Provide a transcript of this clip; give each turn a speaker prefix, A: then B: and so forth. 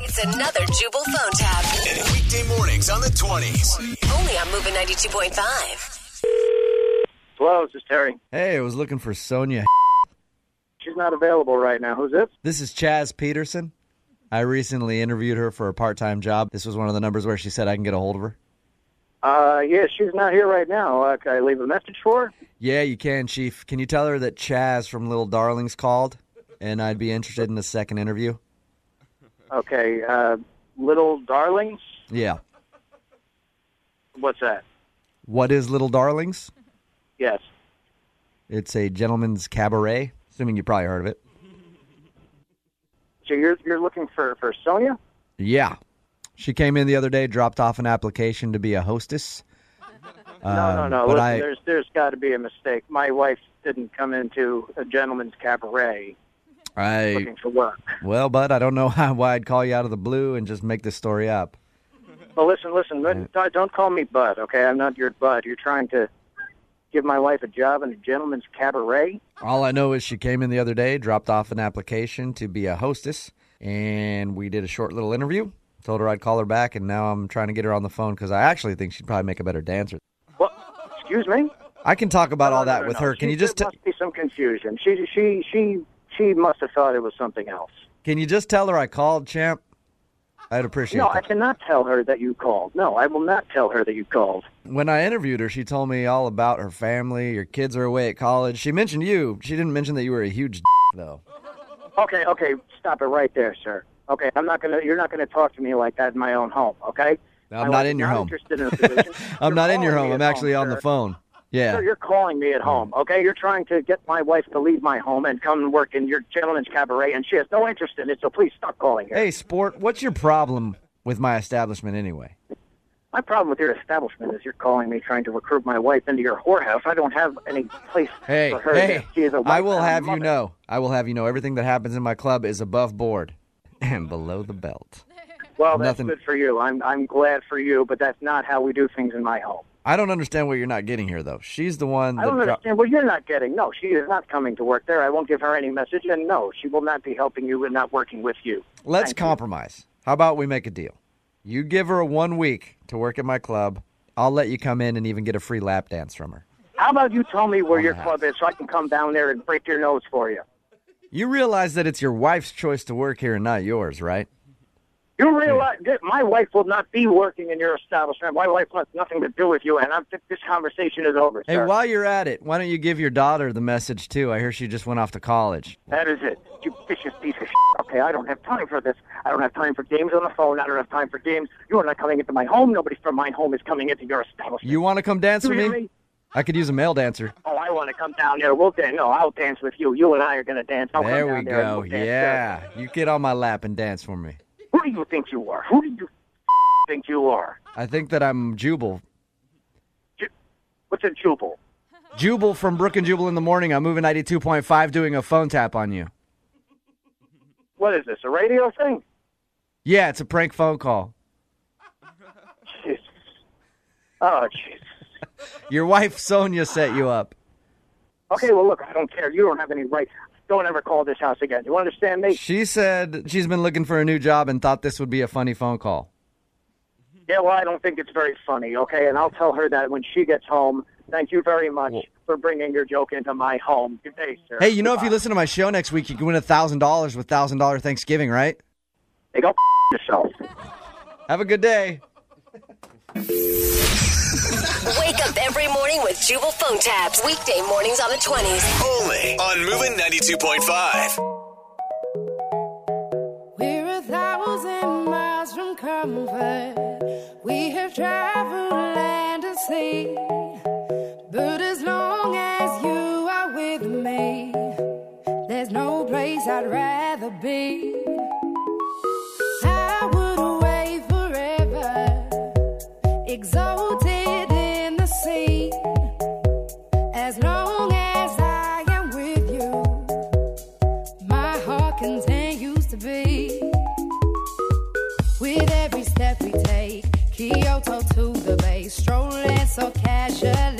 A: It's another Jubal phone tab.
B: Weekday mornings on the 20s.
A: Only on Moving 92.5.
C: Hello, this is Terry.
D: Hey, I was looking for Sonia.
C: She's not available right now. Who's this?
D: This is Chaz Peterson. I recently interviewed her for a part time job. This was one of the numbers where she said I can get a hold of her.
C: Uh, yeah, she's not here right now. Uh, can I leave a message for her?
D: Yeah, you can, Chief. Can you tell her that Chaz from Little Darlings called and I'd be interested in a second interview?
C: Okay, uh, Little Darlings?
D: Yeah.
C: What's that?
D: What is Little Darlings?
C: Yes.
D: It's a gentleman's cabaret. Assuming you probably heard of it.
C: So you're, you're looking for, for Sonia?
D: Yeah. She came in the other day, dropped off an application to be a hostess.
C: No, no,
D: Um,
C: no.
D: But
C: Listen,
D: I,
C: there's there's got to be a mistake. My wife didn't come into a gentleman's cabaret
D: I
C: looking for work.
D: Well, bud, I don't know how, why I'd call you out of the blue and just make this story up.
C: Well, listen, listen.
D: Uh,
C: Don't don't call me Bud, okay? I'm not your Bud. You're trying to give my wife a job in a gentleman's cabaret?
D: All I know is she came in the other day, dropped off an application to be a hostess, and we did a short little interview. Told her I'd call her back, and now I'm trying to get her on the phone because I actually think she'd probably make a better dancer.
C: What? Excuse me?
D: I can talk about all
C: No, no,
D: that
C: no,
D: with
C: no.
D: her. Can
C: She-
D: you just t-
C: there must be some confusion. She she she she must have thought it was something else.
D: can you just tell her I called, champ? I'd appreciate
C: No,
D: that.
C: I cannot tell her that you called. No, I will not tell her that you called.
D: When I interviewed her, she told me all about her family. Your kids are away at college. She mentioned you. She didn't mention that you were a huge d- though.
C: Okay, okay, stop it right there, sir. Okay, I'm not gonna. You're not gonna talk to me like that in my own home. Okay.
D: No,
C: My
D: I'm not
C: wife
D: in
C: is
D: your home.
C: interested in a position.
D: I'm
C: You're
D: not in your
C: calling
D: home.
C: me at
D: I'm actually on
C: sir.
D: the phone. Yeah.
C: Sir, you're calling me at home, okay? You're trying to get my wife to leave my home and come and work in your gentleman's cabaret, and she has no interest in it. So please stop calling her.
D: Hey, sport, what's your problem with my establishment anyway?
C: My problem with your establishment is you're calling me trying to recruit my wife into your whorehouse. I don't have any place
D: Hey,
C: for her.
D: hey,
C: she is a
D: I
C: wife
D: will
C: and a
D: have you
C: mother.
D: know. I will have you know everything that happens in my club is above board and below the belt.
C: Well, that's
D: nothing-
C: good for you. I'm I'm glad for you, but that's not how we do things in my home.
D: I don't understand what you're not getting here, though. She's the one
C: I
D: that.
C: don't
D: dro-
C: understand what you're not getting. No, she is not coming to work there. I won't give her any message, and no, she will not be helping you and not working with you.
D: Let's
C: Thank you.
D: compromise. How about we make a deal? You give her a one week to work at my club. I'll let you come in and even get a free lap dance from her.
C: How about you tell me where your
D: house.
C: club is so I can come down there and break your nose for you?
D: You realize that it's your wife's choice to work here and not yours, right?
C: You realize that my wife will not be working in your establishment. My wife wants nothing to do with you, and I think this conversation is over.
D: Hey,
C: sir.
D: while you're at it, why don't you give your daughter the message too? I hear she just went off to college.
C: That is it. You vicious piece of shit. Okay, I don't have time for this. I don't have time for games on the phone. I don't have time for games. You are not coming into my home. Nobody from my home is coming into your establishment.
D: You want to come dance
C: You
D: with
C: hear
D: me? I could use a male dancer.
C: Oh, I want to come down there. We'll dance. No, I'll dance with you. You and I are going to dance. I'll
D: There
C: come down
D: we
C: there and
D: go.
C: we'll dance
D: Yeah. You get on my lap and dance for me.
C: there. Who do you think you are? Who do you think you are?
D: I think that I'm Jubal.
C: Ju- What's a jubal?
D: Jubal from Brook and Jubal in the morning. I'm moving 92.5 doing a phone tap on you.
C: What is this, a radio thing?
D: Yeah, it's a prank phone call.
C: Jesus. Oh, jeez.
D: Your wife Sonia set you up.
C: Okay, well, look, I don't care. You don't have any right. Don't ever call this house again. You understand me?
D: She said she's been looking for a new job and thought this would be a funny phone call.
C: Yeah, well, I don't think it's very funny, okay? And I'll tell her that when she gets home. Thank you very much for bringing your joke into my home. Good day, sir.
D: Hey, you know if you
C: Goodbye.
D: listen to my show next week, you can win $1,000 with $1,000 Thanksgiving, right?
C: Hey, go f- yourself.
D: Have a good day.
A: Wake up every morning with Jubal phone tabs. Weekday mornings on the 20s.
B: Only on Moving 92.5.
E: We're a thousand miles from comfort. We have traveled land and sea. But as long as you are with me, there's no place I'd rather be. I would away forever, exalted in the sea. As long as I am with you, my heart continues to be. With every step we take, Kyoto to the bay, strolling so casually.